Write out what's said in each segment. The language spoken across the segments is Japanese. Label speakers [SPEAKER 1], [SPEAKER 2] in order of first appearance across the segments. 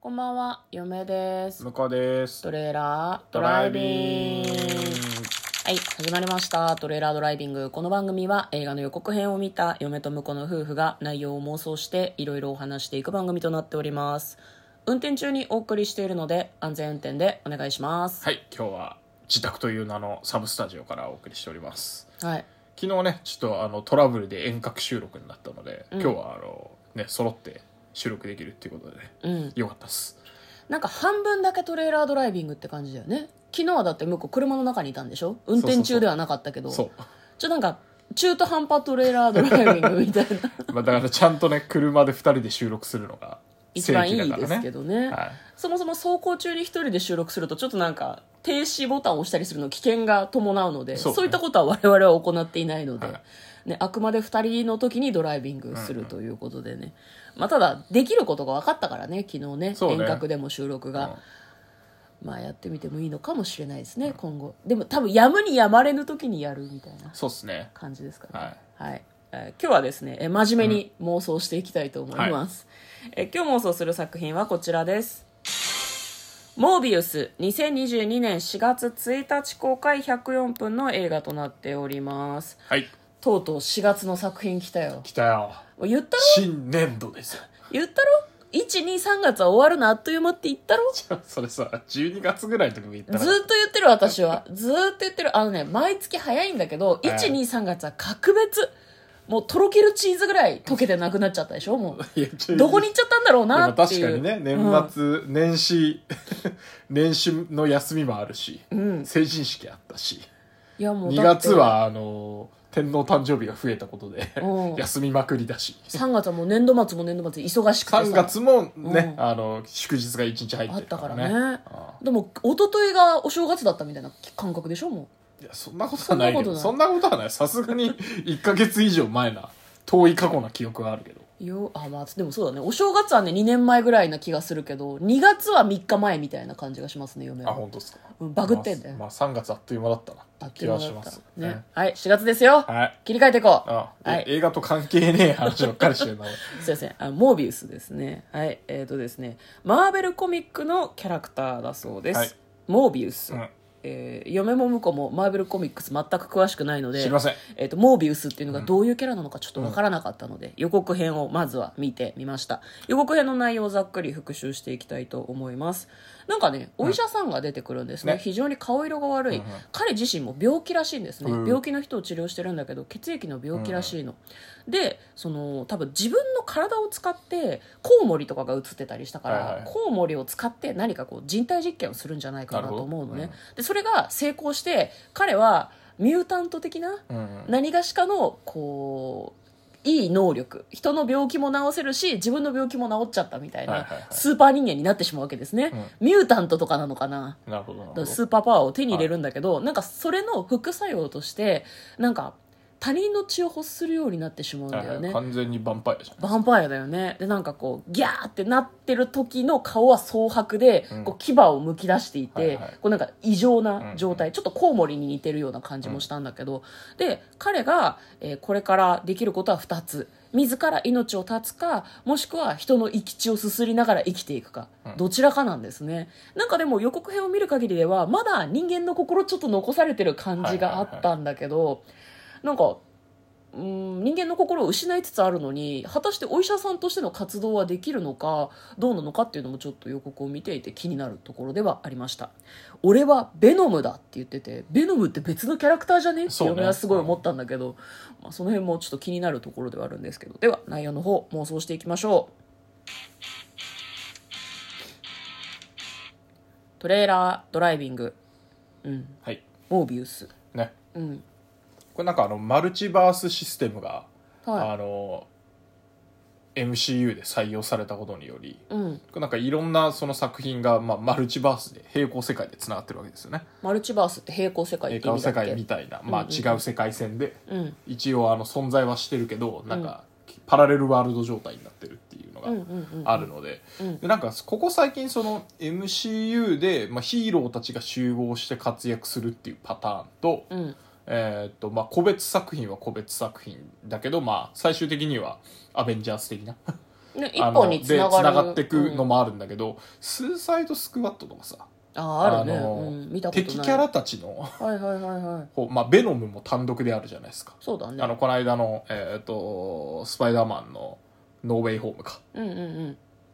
[SPEAKER 1] こんばんは、嫁です。
[SPEAKER 2] 向こうです。
[SPEAKER 1] トレーラードライビング。はい、始まりました。トレーラードライビング。この番組は映画の予告編を見た嫁と婿の夫婦が内容を妄想していろいろお話していく番組となっております。運転中にお送りしているので安全運転でお願いします。
[SPEAKER 2] はい、今日は自宅という名のサブスタジオからお送りしております。
[SPEAKER 1] はい。
[SPEAKER 2] 昨日ね、ちょっとあのトラブルで遠隔収録になったので、
[SPEAKER 1] ん
[SPEAKER 2] 今日はあの、ね、揃って収録できるっていうことでね、
[SPEAKER 1] うん。
[SPEAKER 2] よかったっす。
[SPEAKER 1] なんか半分だけトレーラードライビングって感じだよね。昨日はだって向こう車の中にいたんでしょ運転中ではなかったけど。
[SPEAKER 2] そ
[SPEAKER 1] ちょっとなんか中途半端トレーラードライビングみ たいな。
[SPEAKER 2] う。まあ、だからちゃんとね、車で2人で収録するのが
[SPEAKER 1] 一番いいですけどね
[SPEAKER 2] はい。
[SPEAKER 1] そもそも走行中に一人で収録するとちょっとなんか停止ボタンを押したりするの危険が伴うのでそ,、
[SPEAKER 2] そううね
[SPEAKER 1] いったことは我々は行っていないので、
[SPEAKER 2] は
[SPEAKER 1] ね、あくまで二人の時にドライビングするということでね、まあ、ただできることが分かったからね昨日ね
[SPEAKER 2] そうね
[SPEAKER 1] 遠隔でも収録が、まあ、やってみてもいいのかもしれないですね、今後でも多分やむにやまれぬ時にやるみたいな
[SPEAKER 2] そうっすね。
[SPEAKER 1] 感じですかね
[SPEAKER 2] はい。
[SPEAKER 1] はい、えー今日はですね、えー真面目に妄想していきたいと思います、えー今日妄想する作品はこちらですモービウス2022年4月1日公開104分の映画となっております
[SPEAKER 2] はい。
[SPEAKER 1] とうとう4月の作品来たよ
[SPEAKER 2] 来たよ。
[SPEAKER 1] 言ったろ
[SPEAKER 2] 新年度ですよ。
[SPEAKER 1] 言ったろ123月は終わるのあっという間って言ったろず
[SPEAKER 2] それさ、12月ぐらいの時も言った
[SPEAKER 1] ーっ
[SPEAKER 2] ら
[SPEAKER 1] と、言ってる私はずーっと言ってるあのね毎月早いんだけど123月は格別もうとろけるチーズぐらい溶けてなくなっちゃったでしょもう
[SPEAKER 2] いや12
[SPEAKER 1] どこに行っちゃったんだろう
[SPEAKER 2] で
[SPEAKER 1] な
[SPEAKER 2] も
[SPEAKER 1] って
[SPEAKER 2] 確
[SPEAKER 1] いう
[SPEAKER 2] かにね年末、年始 年始の休みもあるし、
[SPEAKER 1] ん
[SPEAKER 2] 成人式あったし
[SPEAKER 1] いやもう
[SPEAKER 2] 2
[SPEAKER 1] だって
[SPEAKER 2] 月はあの天皇誕生日が増えたことで
[SPEAKER 1] うん
[SPEAKER 2] 休みまくり だし
[SPEAKER 1] 3月はもう年度末も年度末で忙しくてさ
[SPEAKER 2] 3月もね、
[SPEAKER 1] うん
[SPEAKER 2] あの祝日が1日入っ
[SPEAKER 1] あ
[SPEAKER 2] て
[SPEAKER 1] っ
[SPEAKER 2] る
[SPEAKER 1] た
[SPEAKER 2] か
[SPEAKER 1] からら
[SPEAKER 2] ね
[SPEAKER 1] ね
[SPEAKER 2] あ
[SPEAKER 1] でも一昨日がお正月だったみたいな感覚でしょも
[SPEAKER 2] いやそんなことはないけど
[SPEAKER 1] そ
[SPEAKER 2] そ
[SPEAKER 1] ん
[SPEAKER 2] んなことはないさすがに1か月以上前な遠い過去な記憶はあるけど
[SPEAKER 1] うよあまあでもそうだねお正月はね2年前ぐらいな気がするけど2月は3日前みたいな感じがしますね嫁
[SPEAKER 2] あ
[SPEAKER 1] は
[SPEAKER 2] 本当ですか、
[SPEAKER 1] うんバグってんだよ
[SPEAKER 2] まあ、まあ3月あっという間だったな
[SPEAKER 1] あっとい
[SPEAKER 2] 気
[SPEAKER 1] う間
[SPEAKER 2] は
[SPEAKER 1] だ
[SPEAKER 2] し
[SPEAKER 1] っ
[SPEAKER 2] ま
[SPEAKER 1] た
[SPEAKER 2] す
[SPEAKER 1] ね
[SPEAKER 2] ね
[SPEAKER 1] はい4月ですよ
[SPEAKER 2] はい
[SPEAKER 1] 切り替えていこう
[SPEAKER 2] あで
[SPEAKER 1] はい
[SPEAKER 2] 映画と関係ねえ話ばっかりしてるな 俺
[SPEAKER 1] すいませんあモービウスですねはいえっ、とですねマーベルコミックのキャラクターだそうです、
[SPEAKER 2] はい
[SPEAKER 1] モービウス、
[SPEAKER 2] うん
[SPEAKER 1] えー嫁も婿もマーベルコミックス全く詳しくないので
[SPEAKER 2] 知りません
[SPEAKER 1] えー、とモービウスっていうのがどういうキャラなのかちょっとわからなかったので、予告編をまずは見てみました予告編の内容をざっくり復習していきたいと思いますなんかねお医者さんが出てくるんですね,、
[SPEAKER 2] ね
[SPEAKER 1] 非常に顔色が悪い、
[SPEAKER 2] うんうん
[SPEAKER 1] 彼自身も病気らしいんですね、
[SPEAKER 2] うん
[SPEAKER 1] 病気の人を治療してるんだけど血液の病気らしいの、でその多分自分の体を使ってコウモリとかが映ってたりしたから、
[SPEAKER 2] はいはい
[SPEAKER 1] コウモリを使って何かこう人体実験をするんじゃないかなと思うの
[SPEAKER 2] な
[SPEAKER 1] ね、
[SPEAKER 2] るほ
[SPEAKER 1] でそれが成功して彼はミュータント的な
[SPEAKER 2] うん
[SPEAKER 1] 何がしかのこういい能力人の病気も治せるし自分の病気も治っちゃったみたいな、
[SPEAKER 2] はいはいはい
[SPEAKER 1] スーパー人間になってしまうわけですね、ミュータントとかなのかな
[SPEAKER 2] なるほどなるほど
[SPEAKER 1] スーパーパワーを手に入れるんだけど、なんかそれの副作用としてなんか他人の血を欲するようになってしまうんだ
[SPEAKER 2] はい
[SPEAKER 1] よ
[SPEAKER 2] は
[SPEAKER 1] ね、
[SPEAKER 2] い完全にヴァンパイアじゃん
[SPEAKER 1] ヴァンパイアだよねでなんかこうギャーってなってる時の顔は蒼白で、
[SPEAKER 2] うん
[SPEAKER 1] こう牙をむき出していて、
[SPEAKER 2] はいはい
[SPEAKER 1] こうなんか異常な状態、ちょっとコウモリに似てるような感じもしたんだけど、で彼が、えーこれからできることは2つ自ら命を絶つかもしくは人の生き血をすすりながら生きていくか、
[SPEAKER 2] うん
[SPEAKER 1] どちらかなんですねなんかでも予告編を見る限りではまだ人間の心ちょっと残されてる感じがあったんだけど、なんかうん人間の心を失いつつあるのに果たしてお医者さんとしての活動はできるのかどうなのかっていうのもちょっと予告を見ていて気になるところではありました俺はベノムだって言っててベノムって別のキャラクターじゃねって
[SPEAKER 2] そうね
[SPEAKER 1] 嫁はすごい思ったんだけど、まあ、その辺もちょっと気になるところではあるんですけどでは内容の方妄想していきましょうトレーラードライビングうん
[SPEAKER 2] はい
[SPEAKER 1] モービウス
[SPEAKER 2] ね
[SPEAKER 1] うん
[SPEAKER 2] これなんかあのマルチバースシステムが
[SPEAKER 1] は
[SPEAKER 2] あの MCU で採用されたことにより
[SPEAKER 1] いうん
[SPEAKER 2] これなんかいろんなその作品がまあマルチバースで平行世界でつながってるわけですよね
[SPEAKER 1] マルチバースって平行世界っ
[SPEAKER 2] 平
[SPEAKER 1] て意
[SPEAKER 2] 行
[SPEAKER 1] 味だ
[SPEAKER 2] 世
[SPEAKER 1] っけ
[SPEAKER 2] 界みたいなま
[SPEAKER 1] うんう
[SPEAKER 2] あ
[SPEAKER 1] ん
[SPEAKER 2] 違う世界線で
[SPEAKER 1] うん
[SPEAKER 2] 一応あの存在はしてるけどなんかパラレルワールド状態になってるっていうのが
[SPEAKER 1] うんうんうん
[SPEAKER 2] あるので,、
[SPEAKER 1] うん
[SPEAKER 2] でなんかここ最近その MCU で、まあ、ヒーローたちが集合して活躍するっていうパターンと,、
[SPEAKER 1] うん
[SPEAKER 2] えーっとまあ、個別作品は個別作品だけど、まあ、最終的にはアベンジャーズ的な
[SPEAKER 1] ね、一
[SPEAKER 2] あの
[SPEAKER 1] 本につ
[SPEAKER 2] で
[SPEAKER 1] ながる
[SPEAKER 2] 繋がっていくのもあるんだけど、スーサイドスクワットとかさ
[SPEAKER 1] うんあーあるね、
[SPEAKER 2] あの
[SPEAKER 1] うん、見たことない
[SPEAKER 2] 敵キャラたちの、
[SPEAKER 1] はいはいはいはい
[SPEAKER 2] こうまあ、ベノムも単独であるじゃないですか、
[SPEAKER 1] そうだね
[SPEAKER 2] あのこの間の、えー、とスパイダーマンの「ノーウェイホームか」
[SPEAKER 1] うんうん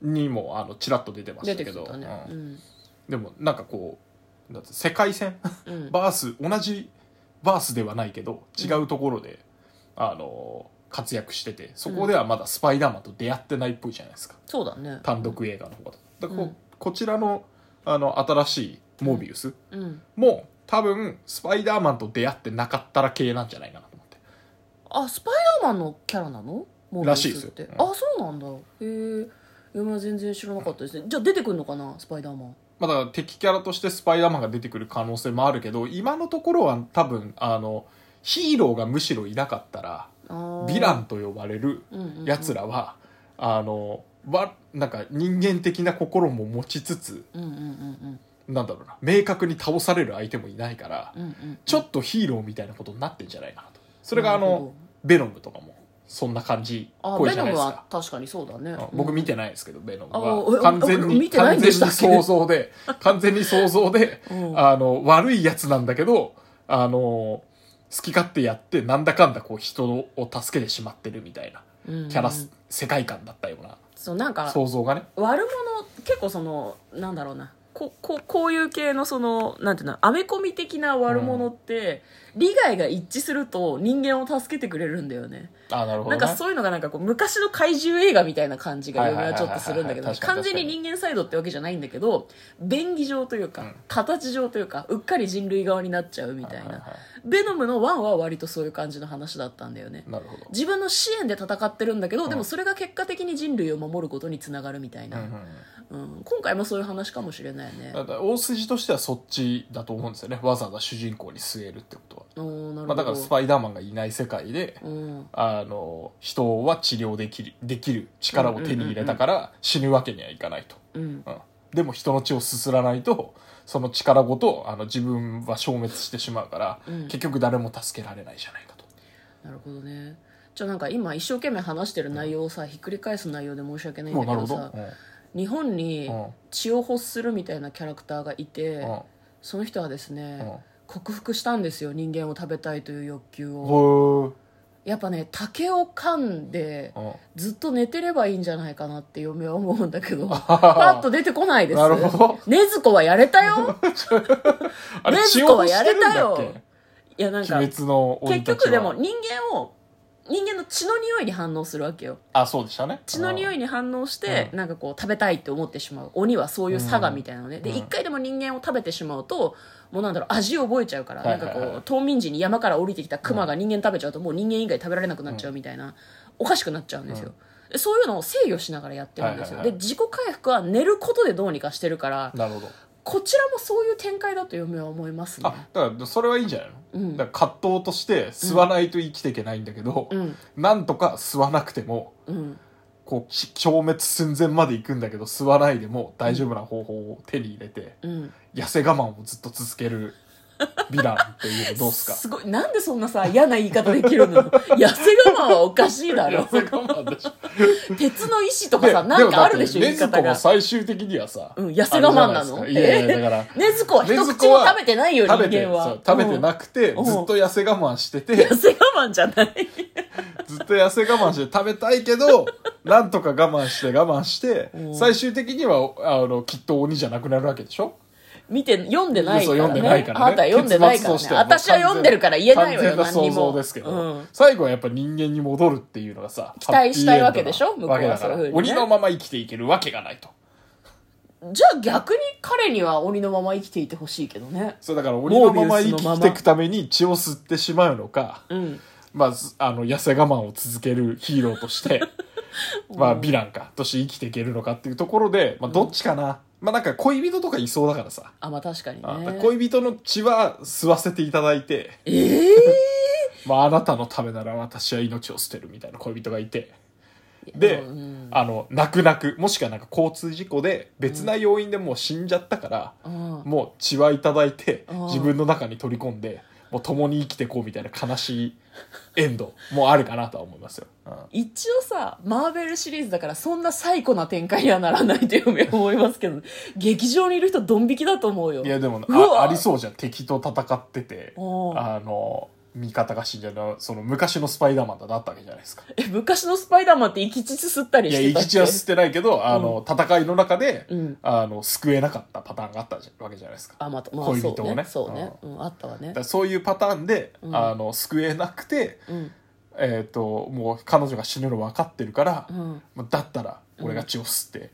[SPEAKER 1] うん
[SPEAKER 2] にもあのちらっと出てまし
[SPEAKER 1] 出
[SPEAKER 2] た
[SPEAKER 1] て
[SPEAKER 2] け
[SPEAKER 1] き
[SPEAKER 2] ど
[SPEAKER 1] たね
[SPEAKER 2] う
[SPEAKER 1] うんん
[SPEAKER 2] でもなんかこうなんて世界線
[SPEAKER 1] うん
[SPEAKER 2] バース同じバースではないけど違うところで、あの活躍しててそこではまだスパイダーマンと出会ってないっぽいじゃないですか
[SPEAKER 1] そうだね
[SPEAKER 2] 単独映画の方だとだからこ,、
[SPEAKER 1] うん
[SPEAKER 2] こちらのあの新しいモービウス
[SPEAKER 1] うん
[SPEAKER 2] も多分スパイダーマンと出会ってなかったら系なんじゃないかなと思って
[SPEAKER 1] あスパイダーマンのキャラなのモービウス
[SPEAKER 2] らしいですよ
[SPEAKER 1] って
[SPEAKER 2] うん
[SPEAKER 1] あそうなんだへえ今全然知らなかったですねじゃあ出てくるのかなスパイダーマン
[SPEAKER 2] まあだから敵キャラとしてスパイダーマンが出てくる可能性もあるけど今のところは多分あのヒーローがむしろいなかったら
[SPEAKER 1] あー
[SPEAKER 2] ヴィランと呼ばれる
[SPEAKER 1] うんうんうん
[SPEAKER 2] やつらは、あのわなんか人間的な心も持ちつつ
[SPEAKER 1] うんうんうんうん
[SPEAKER 2] なんだろうな明確に倒される相手もいないから、
[SPEAKER 1] うんうん
[SPEAKER 2] ちょっとヒーローみたいなことになってんじゃないかなとそれがあ
[SPEAKER 1] なるほ
[SPEAKER 2] のベノムとかもそんな感じ
[SPEAKER 1] どあ
[SPEAKER 2] 声
[SPEAKER 1] ベ
[SPEAKER 2] じゃ
[SPEAKER 1] ノ
[SPEAKER 2] ない
[SPEAKER 1] ム
[SPEAKER 2] です
[SPEAKER 1] は
[SPEAKER 2] か
[SPEAKER 1] 確かにそうだね
[SPEAKER 2] うん僕見
[SPEAKER 1] て
[SPEAKER 2] てないですけど、ベノム
[SPEAKER 1] あ
[SPEAKER 2] は
[SPEAKER 1] あ
[SPEAKER 2] 完全
[SPEAKER 1] あ
[SPEAKER 2] に
[SPEAKER 1] 見てな
[SPEAKER 2] 完
[SPEAKER 1] いんで
[SPEAKER 2] 全に
[SPEAKER 1] したっけ
[SPEAKER 2] 想 像で完全に想像で
[SPEAKER 1] うん
[SPEAKER 2] あの悪いやつなんだけどあの好き勝手やってなんだかんだこう人を助けてしまってるみたいな
[SPEAKER 1] うん
[SPEAKER 2] キャラ
[SPEAKER 1] うん
[SPEAKER 2] す、世界観だったような
[SPEAKER 1] そうなんか
[SPEAKER 2] 想像がね
[SPEAKER 1] 悪者結構そのなんだろうなこここういう系のそのなんていうのアメコミ的な悪者って、利害が一致すると人間を助けてくれるんだよね
[SPEAKER 2] あなるほ
[SPEAKER 1] な
[SPEAKER 2] ど
[SPEAKER 1] ん
[SPEAKER 2] ね
[SPEAKER 1] かそういうのがなんかこう昔の怪獣映画みたいな感じが
[SPEAKER 2] はい
[SPEAKER 1] 嫁
[SPEAKER 2] はいはい
[SPEAKER 1] は
[SPEAKER 2] は
[SPEAKER 1] ち
[SPEAKER 2] い
[SPEAKER 1] ょっとするんだけど
[SPEAKER 2] 確かに
[SPEAKER 1] 完全に
[SPEAKER 2] 確か
[SPEAKER 1] 人間サイドってわけじゃないんだけど便宜上というか、
[SPEAKER 2] うん
[SPEAKER 1] 形上というかうっかり人類側になっちゃうみたいな、
[SPEAKER 2] ははは
[SPEAKER 1] ベノムの1は割とそういう感じの話だったんだよね
[SPEAKER 2] なるほど、
[SPEAKER 1] 自分の支援で戦ってるんだけど、
[SPEAKER 2] うん
[SPEAKER 1] でもそれが結果的に人類を守ることにつながるみたいな、
[SPEAKER 2] うんうんうん
[SPEAKER 1] うん、今回もそういう話かもしれないね
[SPEAKER 2] だから大筋としてはそっちだと思うんですよねわざわざ主人公に据えるってこと
[SPEAKER 1] おー
[SPEAKER 2] は、
[SPEAKER 1] なるほど、
[SPEAKER 2] まあ、だからスパイダーマンがいない世界で
[SPEAKER 1] うん、
[SPEAKER 2] あの人は治療できるできる力を手に入れたから死ぬわけにはいかないと、
[SPEAKER 1] うん、
[SPEAKER 2] うんでも人の血をすすらないとその力ごとあの自分は消滅してしまうから、
[SPEAKER 1] うん
[SPEAKER 2] 結局誰も助けられないじゃないかと
[SPEAKER 1] なるほどねじゃあなんか今一生懸命話してる内容をさひっくり返す内容で申し訳ないん
[SPEAKER 2] もう
[SPEAKER 1] だけ
[SPEAKER 2] なる
[SPEAKER 1] ど
[SPEAKER 2] ほど、
[SPEAKER 1] さ日本に
[SPEAKER 2] うん
[SPEAKER 1] 血を欲するみたいなキャラクターがいて
[SPEAKER 2] うん
[SPEAKER 1] その人はですね、
[SPEAKER 2] うん
[SPEAKER 1] 克服したんですよ人間を食べたいという欲求を
[SPEAKER 2] ほ
[SPEAKER 1] やっぱね竹を噛んで
[SPEAKER 2] ーうん
[SPEAKER 1] ずっと寝てればいいんじゃないかなって嫁は思うんだけどパッ
[SPEAKER 2] あ
[SPEAKER 1] と出てこないです
[SPEAKER 2] なるほど
[SPEAKER 1] 禰豆子はやれたよ
[SPEAKER 2] あれ
[SPEAKER 1] 禰
[SPEAKER 2] 血
[SPEAKER 1] 豆
[SPEAKER 2] を
[SPEAKER 1] 子は
[SPEAKER 2] 欲し
[SPEAKER 1] や
[SPEAKER 2] て
[SPEAKER 1] れ
[SPEAKER 2] るん
[SPEAKER 1] た
[SPEAKER 2] だっ
[SPEAKER 1] よい
[SPEAKER 2] け
[SPEAKER 1] やなんか
[SPEAKER 2] 鬼滅の鬼
[SPEAKER 1] 結
[SPEAKER 2] たちは
[SPEAKER 1] 局でも人間を人間の血の匂いに反応するわけよ
[SPEAKER 2] あそうでしたね
[SPEAKER 1] 血の匂いに反応してなんかこう食べたいって思ってしまう鬼はそういう差がみたいなのね、で
[SPEAKER 2] うん
[SPEAKER 1] 一回でも人間を食べてしまうともうなんだろう味を覚えちゃうから、
[SPEAKER 2] はいはいはい
[SPEAKER 1] なんかこう冬眠時に山から降りてきたクマが人間食べちゃうともう人間以外食べられなくなっちゃうみたいな、おかしくなっちゃうんですよ、でそういうのを制御しながらやってるんですよ、
[SPEAKER 2] はいはいはい
[SPEAKER 1] で自己回復は寝ることでどうにかしてるから
[SPEAKER 2] なるほど
[SPEAKER 1] こちらもそういう展開だと嫁は思いますね
[SPEAKER 2] あだからそれはいいんじゃないの、
[SPEAKER 1] うん
[SPEAKER 2] だから葛藤として吸わないと生きていけないんだけど、
[SPEAKER 1] うん
[SPEAKER 2] なんとか吸わなくても
[SPEAKER 1] うん
[SPEAKER 2] こうし消滅寸前まで行くんだけど吸わないでも大丈夫な方法を手に入れて、
[SPEAKER 1] うん
[SPEAKER 2] 痩せ我慢をずっと続 けるヴィランっていうのどうすか
[SPEAKER 1] すごいなんでそんなさ嫌な言い方できる の痩せ我慢はおかしいだろ
[SPEAKER 2] 痩せ我慢でしょ
[SPEAKER 1] 鉄の意志とか
[SPEAKER 2] で
[SPEAKER 1] さなんかあるでしょ
[SPEAKER 2] もだ
[SPEAKER 1] 言
[SPEAKER 2] って
[SPEAKER 1] い
[SPEAKER 2] 禰
[SPEAKER 1] 方
[SPEAKER 2] 豆子も
[SPEAKER 1] が
[SPEAKER 2] 最終的にはさ、
[SPEAKER 1] うん痩せ我慢なの
[SPEAKER 2] あれじゃいですかいやいや
[SPEAKER 1] え
[SPEAKER 2] だから
[SPEAKER 1] 禰豆子は一
[SPEAKER 2] 禰豆
[SPEAKER 1] 口
[SPEAKER 2] 子
[SPEAKER 1] も
[SPEAKER 2] は
[SPEAKER 1] 食べてないよ人
[SPEAKER 2] 食べて
[SPEAKER 1] 間
[SPEAKER 2] そ
[SPEAKER 1] は
[SPEAKER 2] う食べてなくて、
[SPEAKER 1] うん
[SPEAKER 2] ずっと痩せ我慢して
[SPEAKER 1] うん
[SPEAKER 2] て
[SPEAKER 1] 痩せ我慢じゃない
[SPEAKER 2] ずっと痩せ我慢して食べたい けどなんとか我慢して我慢して
[SPEAKER 1] うん
[SPEAKER 2] 最終的にはあのきっと鬼じゃなくなるわけでしょ
[SPEAKER 1] 見て読んでないから
[SPEAKER 2] 嘘読んでない
[SPEAKER 1] ね
[SPEAKER 2] からね
[SPEAKER 1] あなたは読んでないからね
[SPEAKER 2] 結末としてもう
[SPEAKER 1] 私は読んでるから言えないわよ
[SPEAKER 2] 完全な
[SPEAKER 1] 何に
[SPEAKER 2] 想像
[SPEAKER 1] も
[SPEAKER 2] ですけど、
[SPEAKER 1] うん
[SPEAKER 2] 最後はやっぱ人間に戻るっていうのがさ
[SPEAKER 1] 期待したいわけでしょ
[SPEAKER 2] ハッピーエンドなわけだか
[SPEAKER 1] 向
[SPEAKER 2] ら
[SPEAKER 1] こうはそういうふうに
[SPEAKER 2] 鬼
[SPEAKER 1] ね
[SPEAKER 2] のまま生きていけるわけがないと
[SPEAKER 1] じゃあ逆に彼には鬼のまま生きていてほしいけどね
[SPEAKER 2] そうだから鬼のまま
[SPEAKER 1] モー
[SPEAKER 2] 生
[SPEAKER 1] ビウスのま
[SPEAKER 2] き
[SPEAKER 1] ま
[SPEAKER 2] ていくために血を吸ってしまうのか、
[SPEAKER 1] うん
[SPEAKER 2] まあすあの痩せ我慢を続けるヒーローとしてまあヴィランかとして生きていけるのかっていうところで、まあ、どっちかな、まあなんか恋人とかいそうだからさ、
[SPEAKER 1] あまあ確かに
[SPEAKER 2] あだから
[SPEAKER 1] ね
[SPEAKER 2] 恋人の血は吸わせていただいて、
[SPEAKER 1] ええ
[SPEAKER 2] まあ、あなたのためなら私は命を捨てるみたいな恋人がいて
[SPEAKER 1] ー
[SPEAKER 2] で、
[SPEAKER 1] うん
[SPEAKER 2] あの泣く泣くもしくはなんか交通事故で別な要因でもう死んじゃったから、
[SPEAKER 1] うん
[SPEAKER 2] もう血はいただいて
[SPEAKER 1] うん
[SPEAKER 2] 自分の中に取り込んでももう共に生きてこうみたいな悲しいエンドもあるかなとは思いますよ、うん
[SPEAKER 1] 一応さマーベルシリーズだからそんな最古な展開にはならないという思いますけど劇場にいる人ドン引きだと思うよ
[SPEAKER 2] いやでも
[SPEAKER 1] うわ
[SPEAKER 2] あありそうじゃん敵と戦ってて
[SPEAKER 1] おう
[SPEAKER 2] あの味方が死んじゃうのはその昔のスパイダーマンだったわけじゃないですか
[SPEAKER 1] え昔のスパイダーマンって生き血吸ったり
[SPEAKER 2] い
[SPEAKER 1] し
[SPEAKER 2] や
[SPEAKER 1] てた
[SPEAKER 2] 生
[SPEAKER 1] っ
[SPEAKER 2] き
[SPEAKER 1] け
[SPEAKER 2] 血は吸ってないけどあの、戦いの中で、
[SPEAKER 1] うん
[SPEAKER 2] あの救えなかったパターンがあったじゃわけじゃないですかだか
[SPEAKER 1] あまた、まあ、
[SPEAKER 2] 恋
[SPEAKER 1] そ
[SPEAKER 2] 人
[SPEAKER 1] う
[SPEAKER 2] を
[SPEAKER 1] ね
[SPEAKER 2] ね
[SPEAKER 1] そうね、うん、あったわね
[SPEAKER 2] らそういうパターンで、
[SPEAKER 1] うん
[SPEAKER 2] あの救えなくて、
[SPEAKER 1] うん
[SPEAKER 2] えー、ともう彼女が死ぬの分かってるから
[SPEAKER 1] う、ん
[SPEAKER 2] もうだったら俺が血を吸って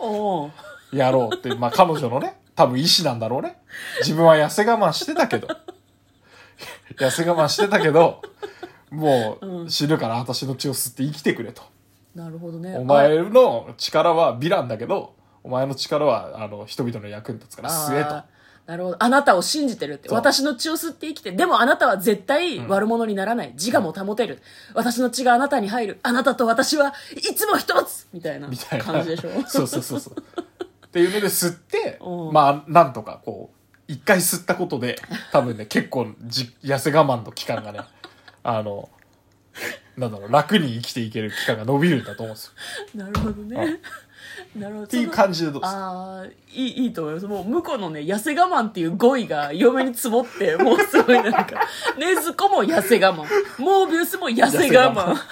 [SPEAKER 1] おう
[SPEAKER 2] やろうって、まあ彼女のね多分意思なんだろうね自分は痩せ我慢してたけど痩せ我慢してたけども
[SPEAKER 1] う
[SPEAKER 2] うん死ぬから私の血を吸って生きてくれと、
[SPEAKER 1] なるほどね
[SPEAKER 2] お
[SPEAKER 1] あ
[SPEAKER 2] 前の力はヴィランだけどお前の力はあの人々の役に立つから
[SPEAKER 1] あ
[SPEAKER 2] 吸えと
[SPEAKER 1] ーなるほどあなたを信じてるって
[SPEAKER 2] そう
[SPEAKER 1] 私の血を吸って生きてでもあなたは絶対悪者にならない、自我も保てる私の血があなたに入るあなたと私はいつも一つみたいな
[SPEAKER 2] みたいな
[SPEAKER 1] 感じでしょ
[SPEAKER 2] そうそうそうそうっていうので吸って、
[SPEAKER 1] うん
[SPEAKER 2] まあなんとかこう一回吸ったことで多分ね結構じ痩せ我慢の期間がね あのなんだろう楽に生きていける期間が伸びるんだと思うんですよ
[SPEAKER 1] なるほどね なるほど
[SPEAKER 2] っていう感じでどうですか
[SPEAKER 1] ああいいいいと思いますもう向こうのね痩せ我慢っていう語彙が嫁に積も ってもうすごいなんか禰豆子も痩せ我慢モービウスも痩せ我慢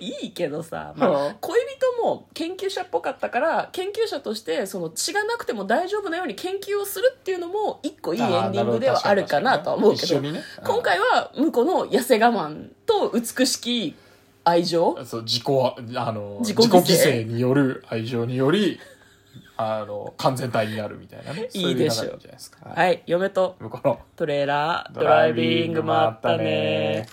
[SPEAKER 2] 痩
[SPEAKER 1] いいけどさ、まあ
[SPEAKER 2] うん
[SPEAKER 1] 恋人も研究者っぽかったから研究者としてその血がなくても大丈夫なように研究をするっていうのも一個いいエンディングではあるかなとは思うけ
[SPEAKER 2] 一
[SPEAKER 1] ど
[SPEAKER 2] 緒にね
[SPEAKER 1] 今回は向こうの痩せ我慢と美しき愛情
[SPEAKER 2] うんそう自己あの
[SPEAKER 1] 自
[SPEAKER 2] 自
[SPEAKER 1] 己
[SPEAKER 2] 己
[SPEAKER 1] 犠牲
[SPEAKER 2] 犠牲による愛情によりあの完全体になるみたいなねそう
[SPEAKER 1] いいうでしょう
[SPEAKER 2] 流れなんじゃないですか、
[SPEAKER 1] はい嫁と
[SPEAKER 2] 向こうの
[SPEAKER 1] トレーラードライビングもあったね